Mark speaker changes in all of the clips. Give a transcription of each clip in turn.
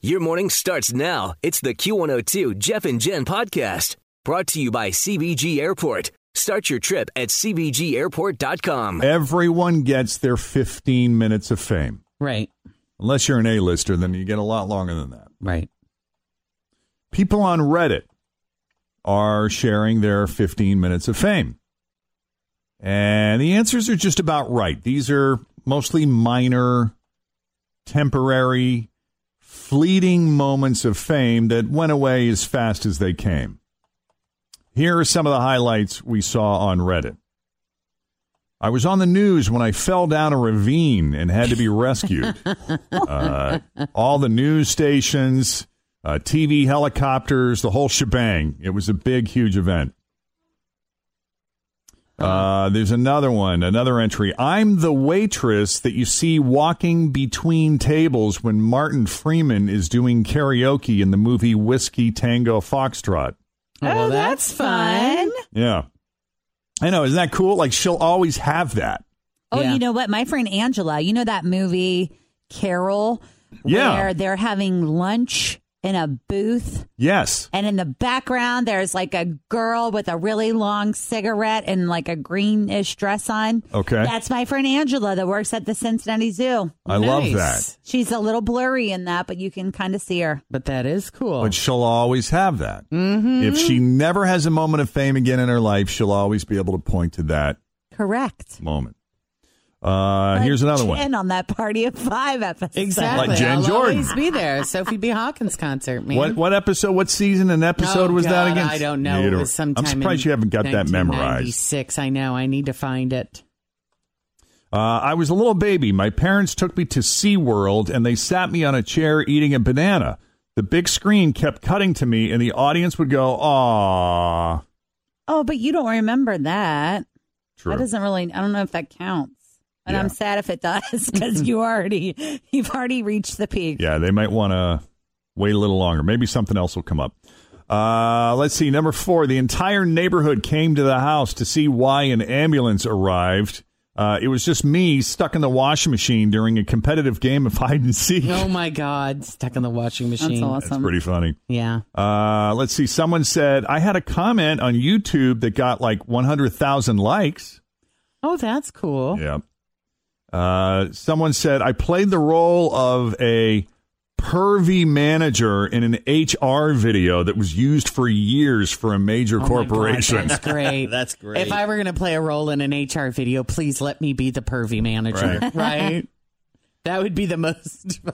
Speaker 1: Your morning starts now. It's the Q102 Jeff and Jen podcast brought to you by CBG Airport. Start your trip at CBGAirport.com.
Speaker 2: Everyone gets their 15 minutes of fame.
Speaker 3: Right.
Speaker 2: Unless you're an A-lister, then you get a lot longer than that.
Speaker 3: Right.
Speaker 2: People on Reddit are sharing their 15 minutes of fame. And the answers are just about right. These are mostly minor, temporary, fleeting moments of fame that went away as fast as they came. Here are some of the highlights we saw on Reddit. I was on the news when I fell down a ravine and had to be rescued. uh, all the news stations, uh, TV helicopters, the whole shebang. It was a big, huge event. Uh, there's another one, another entry. I'm the waitress that you see walking between tables when Martin Freeman is doing karaoke in the movie Whiskey Tango Foxtrot.
Speaker 3: Oh, well, that's, fun.
Speaker 2: Yeah. I know. Isn't that cool? Like, she'll always have that.
Speaker 4: Oh,
Speaker 3: Yeah.
Speaker 4: you know what? My friend Angela, you know that movie Carol,
Speaker 2: Yeah.
Speaker 4: where they're having lunch in a booth,
Speaker 2: Yes.
Speaker 4: and in the background there's like a girl with a really long cigarette and like a greenish dress on.
Speaker 2: Okay.
Speaker 4: That's my friend Angela that works at the Cincinnati Zoo.
Speaker 2: I love
Speaker 3: Nice.
Speaker 2: that.
Speaker 4: She's a little blurry in that, but you can kind of see her.
Speaker 3: But that is cool.
Speaker 2: But she'll always have that. Mm-hmm. If she never has a moment of fame again in her life, she'll always be able to point to that
Speaker 4: Correct.
Speaker 2: moment. Uh, here's another one.
Speaker 4: And on that party of five episode.
Speaker 3: exactly.
Speaker 2: Like Jen
Speaker 3: I'll
Speaker 2: Jordan.
Speaker 3: always be there. Sophie B. Hawkins concert, man.
Speaker 2: What what episode? What season and episode
Speaker 3: Oh,
Speaker 2: was that
Speaker 3: God,
Speaker 2: again?
Speaker 3: I don't know. It
Speaker 2: Neither-
Speaker 3: was sometime
Speaker 2: I'm surprised
Speaker 3: in
Speaker 2: you haven't got that memorized.
Speaker 3: 1996. I know. I need to find it.
Speaker 2: Uh, I was a little baby. My parents took me to SeaWorld and they sat me on a chair eating a banana. The big screen kept cutting to me, and the audience would go, "Aw."
Speaker 4: Oh, but you don't remember that.
Speaker 2: True.
Speaker 4: That doesn't really. I don't know if that counts. And
Speaker 2: Yeah.
Speaker 4: I'm sad if it does because you already you've already reached the peak.
Speaker 2: Yeah, they might want to wait a little longer. Maybe something else will come up. Uh, let's see. Number four, the entire neighborhood came to the house to see why an ambulance arrived. Uh, it was just me stuck in the washing machine during a competitive game of hide and seek.
Speaker 3: Oh my God! Stuck in the washing
Speaker 4: That's
Speaker 3: machine.
Speaker 4: awesome.
Speaker 2: That's pretty funny.
Speaker 3: Yeah.
Speaker 2: Uh, let's see. Someone said, I had a comment on YouTube that got like 100,000 likes.
Speaker 3: Oh, that's cool.
Speaker 2: Yeah. Uh, someone said, I played the role of a pervy manager in an HR video that was used for years for a major
Speaker 3: Oh my God,
Speaker 2: corporation.
Speaker 3: that's great. that's great. If I were going to play a role in an HR video, please let me be the pervy manager. Right. That would be the most.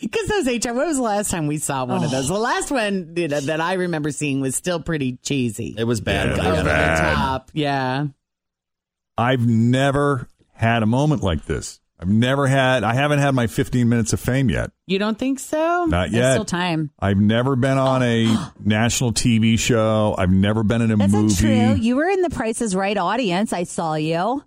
Speaker 3: Because those HR. What was the last time we saw one of
Speaker 5: Oh.
Speaker 3: those? The last one you know, that I remember seeing was still pretty cheesy.
Speaker 5: It was bad.
Speaker 2: Yeah, it
Speaker 3: Over
Speaker 2: was
Speaker 3: the
Speaker 2: bad.
Speaker 3: top. Yeah.
Speaker 2: I've never had a moment like this. I've never had, I haven't had my 15 minutes of fame yet.
Speaker 3: You don't think so?
Speaker 2: Not
Speaker 4: There's
Speaker 2: yet.
Speaker 4: Oh, still time.
Speaker 2: I've never been on a national TV show. I've never been in a
Speaker 4: That's
Speaker 2: movie.
Speaker 4: not true. You were in the Price is Right audience. I saw you.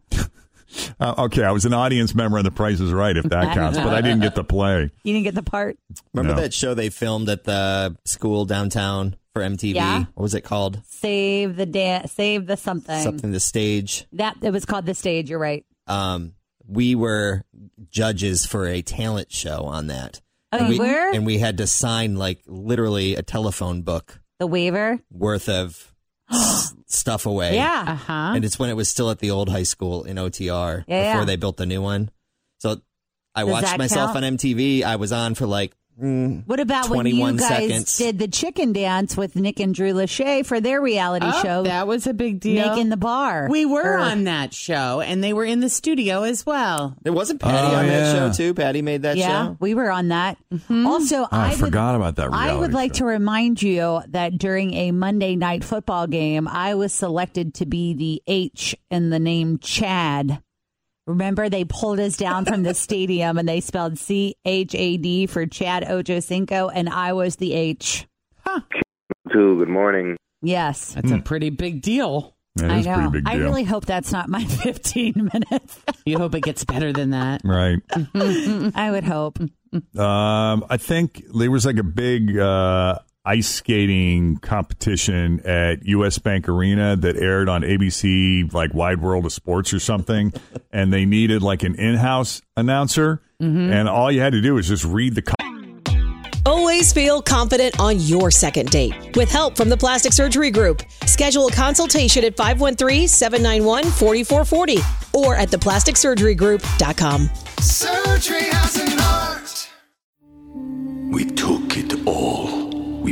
Speaker 2: Uh, okay, I was an audience member in The Price is Right, if that counts, but I didn't get to play.
Speaker 4: You didn't get the part.
Speaker 5: Remember
Speaker 2: No.
Speaker 5: that show they filmed at the school downtown for MTV?
Speaker 4: Yeah.
Speaker 5: What was it called?
Speaker 4: Save the dance. Save the something.
Speaker 5: Something the stage.
Speaker 4: That it was called the stage. You're right.
Speaker 5: Um, we were judges for a talent show on that.
Speaker 4: Oh,
Speaker 5: and
Speaker 4: you
Speaker 5: we,
Speaker 4: were?
Speaker 5: And we had to sign like literally a telephone book
Speaker 4: The waiver.
Speaker 5: worth of s- stuff away.
Speaker 4: Yeah.
Speaker 3: Uh huh.
Speaker 5: And it's when it was still at the old high school in OTR
Speaker 4: Yeah,
Speaker 5: before
Speaker 4: yeah.
Speaker 5: they built the new one. So I
Speaker 4: Does
Speaker 5: watched
Speaker 4: that
Speaker 5: myself
Speaker 4: count?
Speaker 5: on MTV. I was on for like mm,
Speaker 4: What about when you
Speaker 5: 21
Speaker 4: guys
Speaker 5: seconds.
Speaker 4: did the chicken dance with Nick and Drew Lachey for their reality
Speaker 3: Oh,
Speaker 4: show,
Speaker 3: that was a big deal.
Speaker 4: Nick in the Bar?
Speaker 3: we were
Speaker 4: Or-
Speaker 3: on that show, and they were in the studio as well.
Speaker 5: There wasn't Patty
Speaker 2: Oh,
Speaker 5: on
Speaker 2: yeah.
Speaker 5: that show too. Patty made that
Speaker 4: yeah,
Speaker 5: show.
Speaker 4: we were on that. Also,
Speaker 2: Oh, Ah, I,
Speaker 4: I, would,
Speaker 2: forgot about that.
Speaker 4: I would
Speaker 2: reality
Speaker 4: like
Speaker 2: show.
Speaker 4: to remind you that during a Monday night football game, I was selected to be the H in the name Chad. Remember, they pulled us down from the stadium and they spelled C H A D for Chad Ochocinco, and I was the H.
Speaker 6: Too. Good morning.
Speaker 4: Yes.
Speaker 2: Hmm.
Speaker 3: That's a pretty big deal.
Speaker 2: That
Speaker 4: I
Speaker 2: is pretty
Speaker 4: know.
Speaker 2: big
Speaker 4: I
Speaker 2: deal.
Speaker 4: really hope that's not my 15 minutes.
Speaker 3: You hope it gets better than that.
Speaker 2: Right.
Speaker 4: I would hope.
Speaker 2: Um, I think there was like a big uh, ice skating competition at U.S. Bank Arena that aired on ABC, like Wide World of Sports or something, and they needed like an in-house announcer,
Speaker 4: Mm-hmm.
Speaker 2: and all you had to do was just read the. co-
Speaker 7: Always feel confident on your second date. With help from the Plastic Surgery Group, schedule a consultation at 513 791 4440 or at theplasticsurgerygroup.com.
Speaker 8: Surgery has an art.
Speaker 9: We took it all. We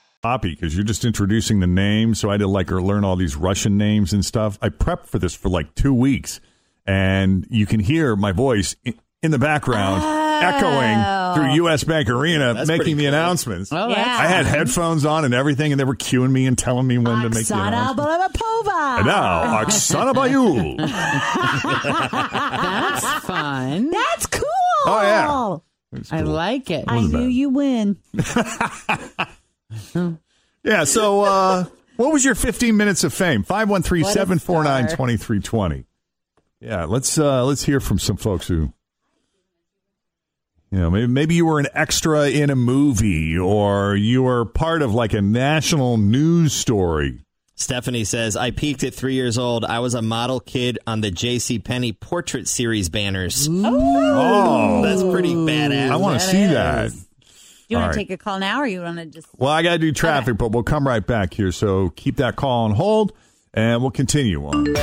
Speaker 2: Poppy, because you're just introducing the name, so I had to like or learn all these Russian names and stuff. I prepped for this for like two weeks, and you can hear my voice i- in the background echoing through U.S. Bank Arena,
Speaker 5: That's pretty
Speaker 2: making the
Speaker 5: cool.
Speaker 2: announcements.
Speaker 3: Oh,
Speaker 4: Yeah.
Speaker 2: I had headphones on and everything, and they were cueing me and telling me when to make the
Speaker 4: Oksana
Speaker 2: announcement.
Speaker 4: Blabapova.
Speaker 2: And now, Oksana Bayul.
Speaker 3: that's fun.
Speaker 4: That's cool.
Speaker 2: Oh, yeah.
Speaker 3: I like it.
Speaker 4: I
Speaker 2: Wasn't
Speaker 4: knew
Speaker 2: bad.
Speaker 4: you win.
Speaker 2: Yeah, so uh, what was your 15 minutes of fame? 513-749-2320. Yeah, let's uh, let's hear from some folks who you know, maybe maybe you were an extra in a movie or you were part of like a national news story.
Speaker 5: Stephanie says, I peaked at three years old. I was a model kid on the J.C. Penney portrait series banners.
Speaker 2: Oh.
Speaker 5: That's pretty badass.
Speaker 2: I want to see that.
Speaker 4: Do you
Speaker 2: All
Speaker 4: want
Speaker 2: right.
Speaker 4: to take a call now or you want to just.
Speaker 2: Well, I got to do traffic, but we'll come right back here. So keep that call on hold, and we'll continue on.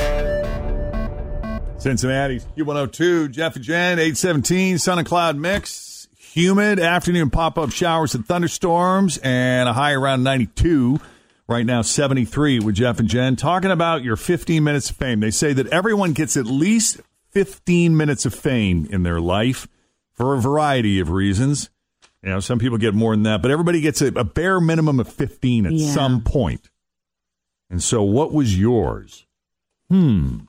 Speaker 2: Cincinnati's Q102, Jeff and Jen, 817, sun and cloud mix, humid, afternoon pop up showers and thunderstorms, and a high around 92. Right now, 73 with Jeff and Jen. Talking about your 15 minutes of fame. They say that everyone gets at least 15 minutes of fame in their life for a variety of reasons. You know, some people get more than that, but everybody gets a, a bare minimum of 15 at
Speaker 3: Yeah.
Speaker 2: some point. And so, what was yours? Hmm.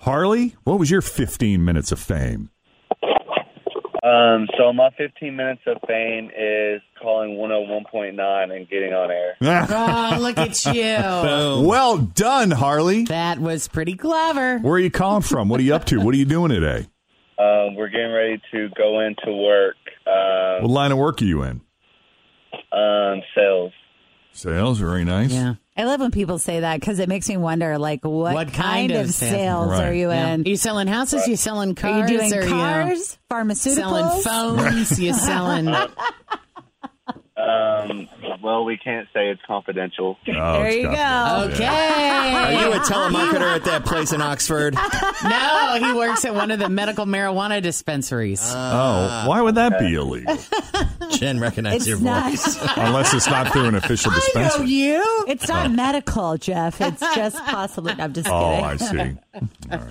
Speaker 2: Harley, what was your 15 minutes of fame?
Speaker 6: Um, so my 15 minutes of fame is calling 101.9 and getting on air.
Speaker 3: Oh, look at you.
Speaker 2: well done, Harley.
Speaker 3: That was pretty clever.
Speaker 2: Where are you calling from? What are you up to? What are you doing today?
Speaker 6: Um, we're getting ready to go into work.
Speaker 2: What
Speaker 6: Um,
Speaker 2: line of work are you in?
Speaker 6: um, sales.
Speaker 2: Sales, very nice.
Speaker 3: Yeah.
Speaker 4: I love when people say that because it makes me wonder, like, what,
Speaker 3: What
Speaker 4: kind, of sales
Speaker 2: Right.
Speaker 4: are you
Speaker 3: Yeah.
Speaker 4: in?
Speaker 3: Are you selling houses? You selling cars?
Speaker 4: Are you doing
Speaker 3: Are you
Speaker 4: cars,
Speaker 3: selling
Speaker 4: pharmaceuticals?
Speaker 3: phones? you selling?
Speaker 6: Um, well, we can't say it's confidential.
Speaker 2: Oh,
Speaker 4: There
Speaker 2: it's
Speaker 4: you
Speaker 2: got-
Speaker 4: go.
Speaker 5: Are
Speaker 3: Okay.
Speaker 5: you a telemarketer at that place in Oxford?
Speaker 3: no, he works at one of the medical marijuana dispensaries.
Speaker 2: Oh, why would that
Speaker 6: Uh,
Speaker 2: be illegal?
Speaker 5: Jen, recognize
Speaker 4: It's
Speaker 5: your
Speaker 4: not-
Speaker 5: voice.
Speaker 2: Unless it's not through an official dispensary.
Speaker 3: you?
Speaker 4: It's not medical, Jeff. It's just possibly. I'm just
Speaker 2: Oh,
Speaker 4: kidding.
Speaker 2: I see. All right.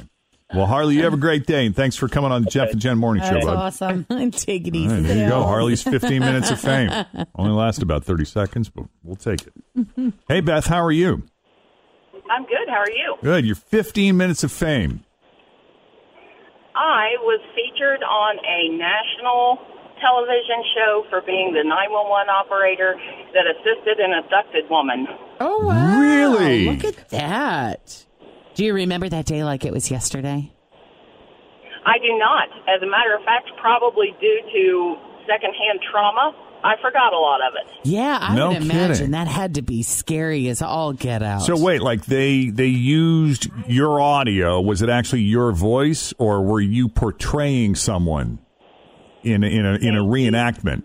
Speaker 2: Well, Harley, you have a great day, and thanks for coming on the Jeff and Jen Morning Show,
Speaker 4: That's
Speaker 2: bud.
Speaker 4: awesome.
Speaker 3: Take it
Speaker 2: All
Speaker 3: easy.
Speaker 2: right, there you go. Harley's 15 minutes of fame. Only lasts about 30 seconds, but we'll take it. Hey, Beth, how are you?
Speaker 6: I'm good. How are you?
Speaker 2: Good. You're 15 minutes of fame.
Speaker 6: I was featured on a national television show for being the 911 operator that assisted an abducted woman.
Speaker 3: Oh, wow.
Speaker 2: Really?
Speaker 3: Look at that. Do you remember that day like it was yesterday?
Speaker 6: I do not. As a matter of fact, probably due to secondhand trauma, I forgot a lot of it.
Speaker 3: Yeah, I
Speaker 2: No
Speaker 3: would imagine
Speaker 2: kidding.
Speaker 3: that had to be scary as all get out.
Speaker 2: So wait, like they they used your audio. Was it actually your voice, or were you portraying someone in a, in a in a reenactment?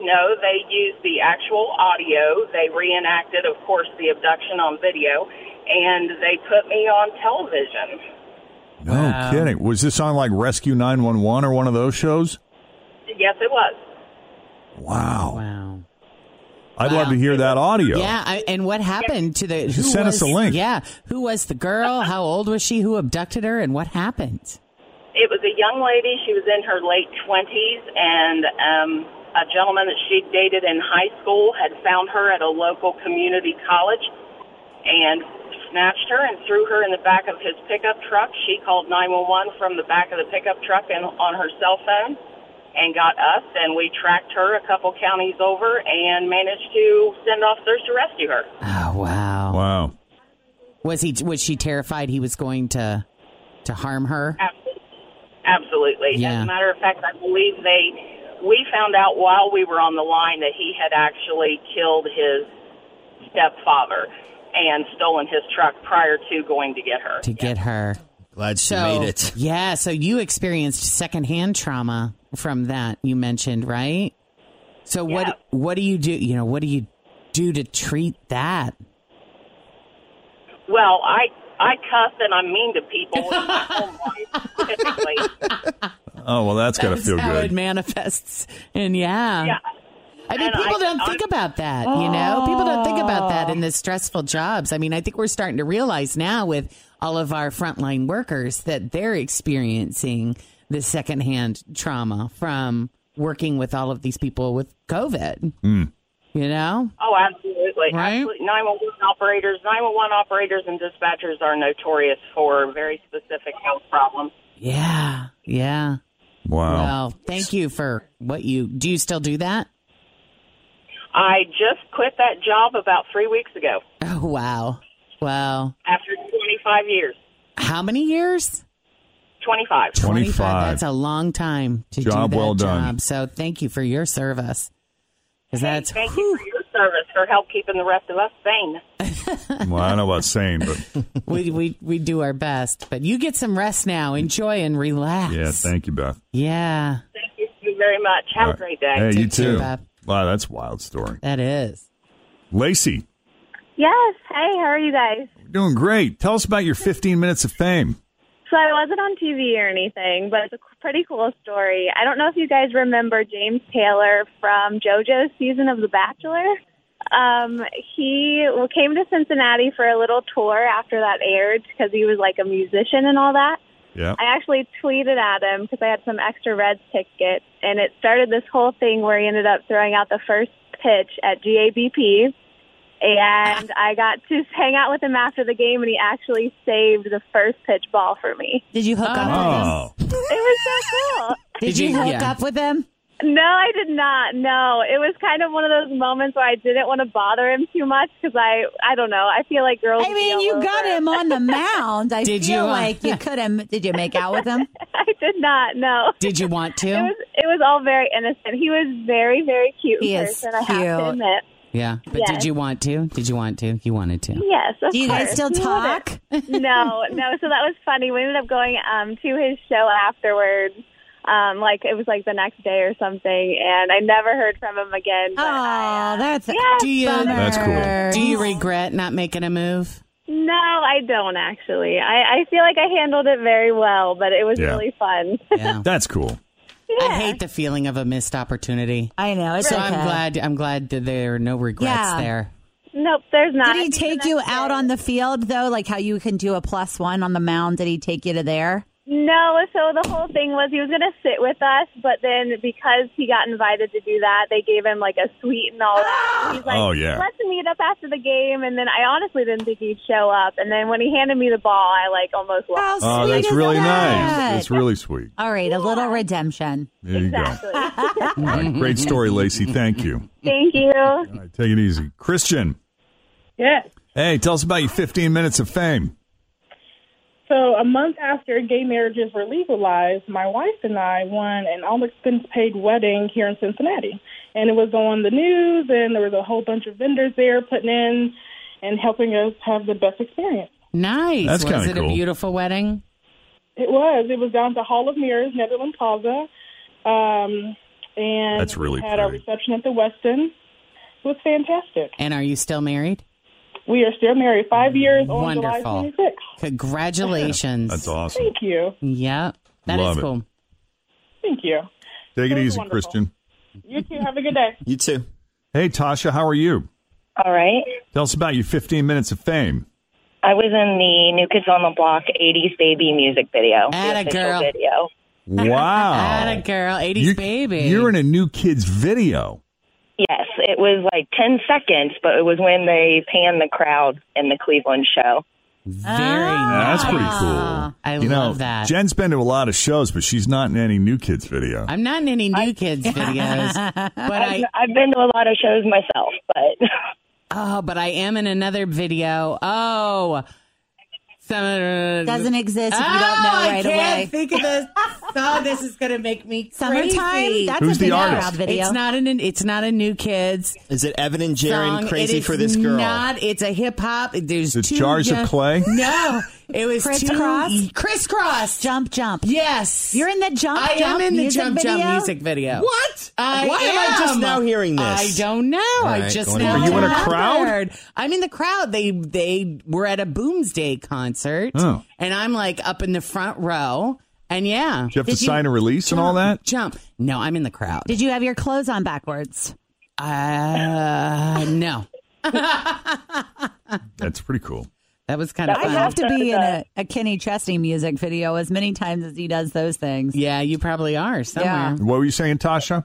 Speaker 6: No, they used the actual audio. They reenacted, of course, the abduction on video, and they put me on television.
Speaker 2: No kidding. Was this on like Rescue Nine One One or one of those shows?
Speaker 6: Yes, it was.
Speaker 2: Wow.
Speaker 3: Wow.
Speaker 2: I'd love to hear that audio.
Speaker 3: Yeah, I, and what happened to the? Who
Speaker 2: Just send us
Speaker 3: was,
Speaker 2: a link.
Speaker 3: Yeah, who was the girl? How old was she? Who abducted her? And what happened?
Speaker 6: It was a young lady. She was in her late 20s, and um, a gentleman that she dated in high school had found her at a local community college and snatched her and threw her in the back of his pickup truck. She called 911 from the back of the pickup truck and on her cell phone and got us, and we tracked her a couple counties over and managed to send officers to rescue her.
Speaker 3: Oh wow!
Speaker 2: Wow.
Speaker 3: Was he? Was she terrified he was going to to harm her?
Speaker 6: Absolutely.
Speaker 3: Yeah.
Speaker 6: As a matter of fact, I believe they we found out while we were on the line that he had actually killed his stepfather and stolen his truck prior to going to get her.
Speaker 3: to get her.
Speaker 5: Glad she made it.
Speaker 3: Oh, Yeah, so you experienced secondhand trauma from that you mentioned, right? So what what do you do? You know, what do you do to treat that?
Speaker 6: Well, I I cuss and I'm mean to people in my home life typically.
Speaker 2: Oh well, that's gotta
Speaker 3: That's
Speaker 2: feel
Speaker 3: how
Speaker 2: good.
Speaker 3: it manifests. And yeah.
Speaker 6: Yeah.
Speaker 3: I mean,
Speaker 6: And
Speaker 3: people
Speaker 6: I-
Speaker 3: don't think about that, you know? People don't think about that in the stressful jobs. I mean, I think we're starting to realize now with all of our frontline workers that they're experiencing the secondhand trauma from working with all of these people with COVID,
Speaker 2: Mm.
Speaker 3: you know?
Speaker 6: Oh, absolutely.
Speaker 3: Right?
Speaker 6: Absolutely. 911 operators, 911 operators and dispatchers are notorious for very specific health problems.
Speaker 3: Yeah. Yeah.
Speaker 2: Wow.
Speaker 3: Well, thank you for what you do. You still do that?
Speaker 6: I just quit that job about 3 weeks ago.
Speaker 3: Oh, wow. Wow.
Speaker 6: after 25 years.
Speaker 3: How many years?
Speaker 6: 25.
Speaker 2: 25.
Speaker 3: That's a long time to
Speaker 2: Job
Speaker 3: do that
Speaker 2: well done.
Speaker 3: job. So thank you for your service. 'Cause that's
Speaker 6: Thank you for your service for help keeping the rest of us sane.
Speaker 2: Well, I don't know about saying, but
Speaker 3: we, we we do our best. But you get some rest now. Enjoy and relax.
Speaker 2: yeah, thank you, Beth.
Speaker 3: Yeah,
Speaker 6: Thank you very much. Have a great day.
Speaker 2: Hey, you
Speaker 3: Take care,
Speaker 2: too.
Speaker 3: Beth.
Speaker 2: Wow, that's a wild story.
Speaker 3: that is.
Speaker 2: Lacey,
Speaker 10: Yes. Hey, how are you guys?
Speaker 2: you're doing great. Tell us about your 15 minutes of fame.
Speaker 10: So I wasn't on TV or anything, but it's a pretty cool story. I don't know if you guys remember James Taylor from JoJo's season of The Bachelor. Um, he came to Cincinnati for a little tour after that aired because he was like a musician and all that.
Speaker 2: Yeah.
Speaker 10: I actually tweeted at him because I had some extra Reds tickets, and it started this whole thing where he ended up throwing out the first pitch at GABP, and I got to hang out with him after the game, and he actually saved the first pitch ball for me.
Speaker 4: Did you hook up with
Speaker 2: Oh,
Speaker 4: them?
Speaker 10: It was so cool.
Speaker 4: Did you hook up with them?
Speaker 10: No, I did not. No, it was kind of one of those moments where I didn't want to bother him too much because I, I don't know. I feel like
Speaker 3: Oh,
Speaker 10: girls.
Speaker 4: I mean, you
Speaker 10: feel
Speaker 4: got
Speaker 3: uh,
Speaker 10: over-
Speaker 4: him on the mound. I
Speaker 3: Did
Speaker 4: feel
Speaker 3: you, uh,
Speaker 4: like you could have. Did you make out with him?
Speaker 10: I did not. No.
Speaker 3: Did you want
Speaker 10: It
Speaker 3: to?
Speaker 10: was it was all very innocent. He was very very cute. in
Speaker 4: He is
Speaker 10: person, I have to
Speaker 4: cute.
Speaker 10: admit.
Speaker 3: Yeah, but did
Speaker 10: Yes.
Speaker 3: you want to? Did you want to? You wanted to.
Speaker 10: Yes. Of
Speaker 4: Do you
Speaker 10: course.
Speaker 4: guys still
Speaker 10: He would have-
Speaker 4: talk?
Speaker 10: no, no. So that was funny. We ended up going um, to his show afterwards. Um, like it was like the next day or something, and I never heard from him again.
Speaker 4: Oh,
Speaker 10: But I, uh,
Speaker 4: that's
Speaker 10: yeah.
Speaker 3: Do you?
Speaker 2: That's cool.
Speaker 3: Do you regret not making a move?
Speaker 10: no, I don't actually. I, I feel like I handled it very well, but it was
Speaker 2: Yeah.
Speaker 10: really fun.
Speaker 3: Yeah.
Speaker 2: that's cool.
Speaker 10: Yeah.
Speaker 3: I hate the feeling of a missed opportunity.
Speaker 4: I know. It's
Speaker 3: So
Speaker 4: okay.
Speaker 3: I'm glad. I'm glad that there are no regrets
Speaker 4: Yeah.
Speaker 3: there.
Speaker 10: Nope, there's not.
Speaker 4: Did he take you out on the field though? Like how you can do a plus one on the mound? Did he take you to there?
Speaker 10: No, so the whole thing was he was going to sit with us, but then because he got invited to do that, they gave him like a suite and all
Speaker 4: Ah!
Speaker 10: that. He's like,
Speaker 2: Oh, yeah.
Speaker 10: let's meet up after the game. And then I honestly didn't think he'd show up. And then when he handed me the ball, I like almost
Speaker 4: How
Speaker 10: lost.
Speaker 4: sweet
Speaker 2: Oh, that's
Speaker 4: is
Speaker 2: really
Speaker 4: that?
Speaker 2: nice. That's really sweet.
Speaker 4: All right, a little redemption.
Speaker 2: There you go.
Speaker 10: Exactly.
Speaker 2: All right, great story, Lacey. Thank you.
Speaker 10: Thank you.
Speaker 2: All right, take it easy. Christian,
Speaker 6: Yes.
Speaker 2: hey, tell us about your 15 minutes of fame.
Speaker 11: So a month after gay marriages were legalized, my wife and I won an all expense paid wedding here in Cincinnati. And it was on the news and there was a whole bunch of vendors there putting in and helping us have the best experience.
Speaker 3: Nice.
Speaker 2: That's
Speaker 3: was
Speaker 2: kinda
Speaker 3: it a
Speaker 2: cool.
Speaker 3: beautiful wedding?
Speaker 11: It was. It was down at the Hall of Mirrors, Netherland Plaza. Um, and
Speaker 3: That's really
Speaker 11: we had our
Speaker 3: pretty.
Speaker 11: reception at the Westin. It was fantastic.
Speaker 3: And are you still married?
Speaker 11: We are still married five years on July
Speaker 3: Wonderful.
Speaker 11: 26th.
Speaker 3: Congratulations.
Speaker 2: That's awesome.
Speaker 11: Thank you.
Speaker 3: Yeah. that is
Speaker 2: Love it.
Speaker 3: cool.
Speaker 11: Thank you.
Speaker 2: Take it easy,
Speaker 11: wonderful.
Speaker 2: Christian.
Speaker 11: You too. Have a good day.
Speaker 5: You too.
Speaker 2: Hey, Tasha, how are you?
Speaker 12: All right.
Speaker 2: Tell us about your 15 minutes of fame.
Speaker 12: I was in the New Kids on the Block 80s Baby music video. the
Speaker 3: Atta
Speaker 12: official
Speaker 3: girl.
Speaker 12: Video.
Speaker 2: Wow.
Speaker 3: Atta girl, 80s
Speaker 2: You-
Speaker 3: baby.
Speaker 2: You're in a new kid's video.
Speaker 12: Yes, it was like 10 seconds, but it was when they panned the crowd in the Cleveland show.
Speaker 3: Very
Speaker 2: That's pretty cool.
Speaker 3: Ah. I
Speaker 2: you know,
Speaker 3: love that.
Speaker 2: Jen's been to a lot of shows, but she's not in any new kids video.
Speaker 3: I'm not in any new kids videos, but I,
Speaker 12: I've, I've been to a lot of shows myself, but
Speaker 3: oh, but I am in another video. Oh, some,
Speaker 4: Doesn't exist if you don't know
Speaker 3: Oh, I
Speaker 4: right
Speaker 3: can't
Speaker 4: away.
Speaker 3: Think of this. Oh, this is going to make me
Speaker 4: Summertime?
Speaker 3: Crazy.
Speaker 4: That's Who's a the big artist? crowd video.
Speaker 3: It's not an. It's not a new kids.
Speaker 5: Is it Evan and Jaron
Speaker 3: song. It
Speaker 5: crazy
Speaker 3: is
Speaker 5: for this girl?
Speaker 3: Not. It's a hip hop. There's
Speaker 5: Is it
Speaker 3: two
Speaker 5: Jars of
Speaker 3: young-
Speaker 5: Clay?
Speaker 3: No, it was two
Speaker 4: Crisscross?
Speaker 3: crisscross,
Speaker 4: jump, jump.
Speaker 3: Yes,
Speaker 4: you're in the jump.
Speaker 3: I am
Speaker 4: jump
Speaker 3: in the
Speaker 4: music
Speaker 3: jump
Speaker 4: video?
Speaker 3: jump music video.
Speaker 5: What?
Speaker 3: I
Speaker 5: Why am I just now hearing this?
Speaker 3: I don't know.
Speaker 5: All
Speaker 3: I
Speaker 5: right,
Speaker 3: just
Speaker 5: going
Speaker 3: now.
Speaker 5: on. Are you in a crowd?
Speaker 3: remembered. I'm in the crowd. They they were at a Boomsday concert,
Speaker 2: Oh.
Speaker 3: and I'm like up in the front row. And yeah,
Speaker 2: Did you have to sign a release and all that?
Speaker 3: Jump. No, I'm in the crowd.
Speaker 4: Did you have your clothes on backwards?
Speaker 3: Uh, no,
Speaker 2: That's pretty cool.
Speaker 3: that was kind of.
Speaker 4: I
Speaker 3: fun.
Speaker 4: have to be in a, a Kenny Chesney music video as many times as he does those things.
Speaker 3: Yeah, you probably are somewhere.
Speaker 2: What were you saying, Tasha?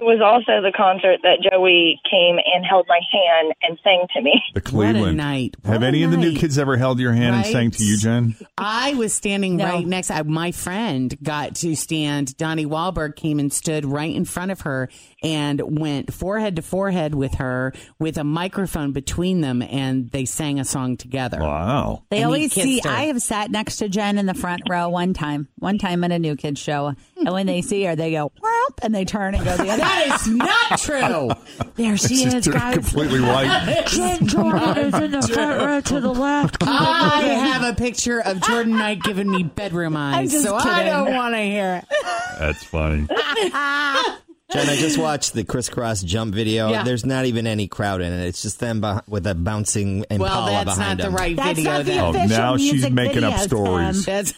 Speaker 12: it was also the concert that Joey came and held my hand and sang to me.
Speaker 2: The Cleveland.
Speaker 3: night.
Speaker 2: Have any of the new kids ever held your hand and
Speaker 3: Right?
Speaker 2: sang to you, Jen?
Speaker 3: I was standing right next. I, my friend got to stand. Donnie Wahlberg came and stood right in front of her and went forehead to forehead with her with a microphone between them, and they sang a song together.
Speaker 2: Wow!
Speaker 4: They always see. I have sat next to Jen in the front row one time, one time at a new kids show, and when they see her, they go whoop, and they turn and go the other.
Speaker 3: That is not true.
Speaker 4: There she
Speaker 2: She's
Speaker 4: is,
Speaker 2: doing it
Speaker 4: guys.
Speaker 2: completely white.
Speaker 4: Jen Jordan is in the front row to the left.
Speaker 3: I have a picture of Jordan Knight giving me bedroom eyes,
Speaker 4: just
Speaker 3: so I
Speaker 4: kidding.
Speaker 3: don't want to hear it.
Speaker 2: That's funny.
Speaker 5: Jen, I just watched the crisscross jump video.
Speaker 3: Yeah.
Speaker 5: There's not even any crowd in it. It's just them beh- with a bouncing Impala
Speaker 3: well, that's not
Speaker 5: behind
Speaker 3: the
Speaker 5: them.
Speaker 3: right video. then.
Speaker 2: Oh, now she's making up
Speaker 3: videos,
Speaker 2: stories.
Speaker 3: That's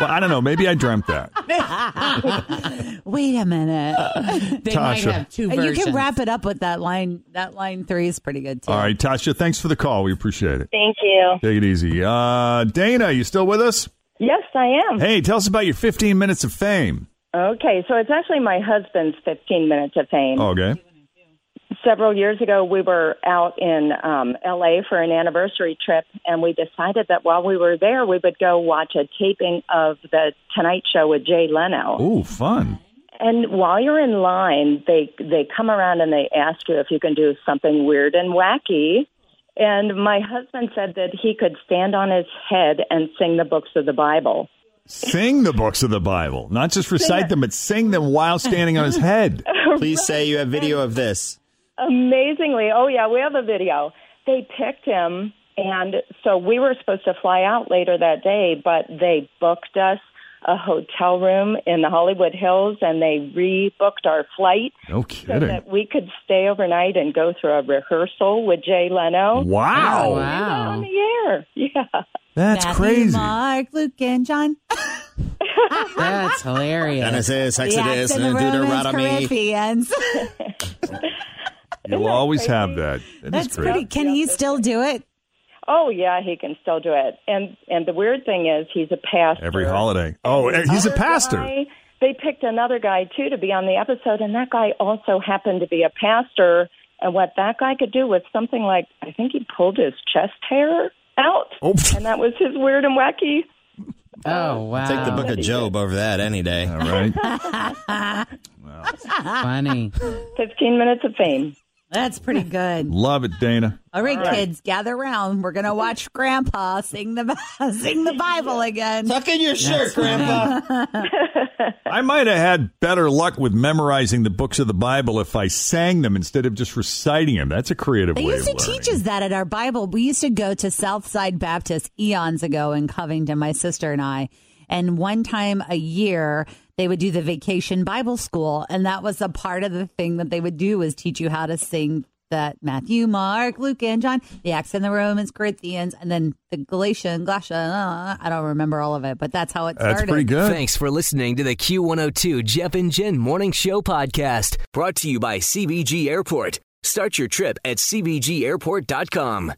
Speaker 2: Well, I don't know. Maybe I dreamt that.
Speaker 4: Wait a minute. Uh,
Speaker 3: they
Speaker 2: might Tasha. have
Speaker 3: two
Speaker 4: You
Speaker 3: versions.
Speaker 4: can wrap it up with that line. That line three is pretty good too.
Speaker 2: All right, Tasha. Thanks for the call. We appreciate it.
Speaker 12: Thank you.
Speaker 2: Take it easy. Uh, Dana, you still with us?
Speaker 13: Yes, I am.
Speaker 2: Hey, tell us about your 15 minutes of fame.
Speaker 13: Okay, so it's actually my husband's 15 minutes of fame.
Speaker 2: Okay.
Speaker 13: Several years ago, we were out in um, LA for an anniversary trip, and we decided that while we were there, we would go watch a taping of The Tonight Show with Jay Leno.
Speaker 2: Ooh, fun.
Speaker 13: And while you're in line, they they come around and they ask you if you can do something weird and wacky. And my husband said that he could stand on his head and sing the books of the Bible.
Speaker 2: Sing the books of the Bible, not just recite them, but sing them while standing on his head.
Speaker 5: Please say you have video of this.
Speaker 13: Amazingly, oh yeah, we have a video. They picked him, and so we were supposed to fly out later that day, but they booked us a hotel room in the Hollywood Hills, and they rebooked our flight
Speaker 2: No
Speaker 13: so
Speaker 2: kidding.
Speaker 13: that we could stay overnight and go through a rehearsal with Jay Leno.
Speaker 2: Wow.
Speaker 5: Oh.
Speaker 13: On the air, yeah.
Speaker 2: That's
Speaker 4: Matthew,
Speaker 2: crazy.
Speaker 4: Mark, Luke, and John.
Speaker 3: That's hilarious.
Speaker 5: Genesis,
Speaker 4: The
Speaker 5: Exodus,
Speaker 4: Acts
Speaker 5: and
Speaker 4: and the
Speaker 5: Deuteronomy.
Speaker 4: Romans, Corinthians.
Speaker 2: You'll always have that. That is
Speaker 4: That's
Speaker 2: crazy.
Speaker 4: pretty. Can he still do it?
Speaker 13: Oh yeah, he can still do it. And and the weird thing is, he's a pastor.
Speaker 2: Every holiday. Oh, he's a
Speaker 13: Other
Speaker 2: pastor.
Speaker 13: guy, they picked another guy too to be on the episode, and that guy also happened to be a pastor. And what that guy could do was something like I think he pulled his chest hair out,
Speaker 2: oh.
Speaker 13: and that was his weird and wacky. Uh,
Speaker 3: Oh wow!
Speaker 5: Take the book of Job over that any day.
Speaker 2: All right.
Speaker 3: Funny.
Speaker 13: Fifteen minutes of fame.
Speaker 4: That's pretty good.
Speaker 2: Love it, Dana.
Speaker 4: All right,
Speaker 2: All right.
Speaker 4: kids, gather around. We're gonna watch Grandpa sing the sing the Bible again.
Speaker 5: Tuck in your shirt, Grandpa.
Speaker 2: I might have had better luck with memorizing the books of the Bible if I sang them instead of just reciting them. That's a creative
Speaker 4: They
Speaker 2: way
Speaker 4: used to
Speaker 2: of learning.
Speaker 4: teach us that at our Bible. We used to go to Southside Baptist eons ago in Covington, my sister and I. And one time a year, they would do the vacation Bible school. And that was a part of the thing that they would do was teach you how to sing that Matthew, Mark, Luke, and John, the Acts and the Romans, Corinthians, and then the Galatian, Galatia. uh, I don't remember all of it, but that's how it started.
Speaker 1: Thanks for listening to the Q102 Jeff and Jen Morning Show podcast, brought to you by CBG Airport. Start your trip at CBGAirport.com.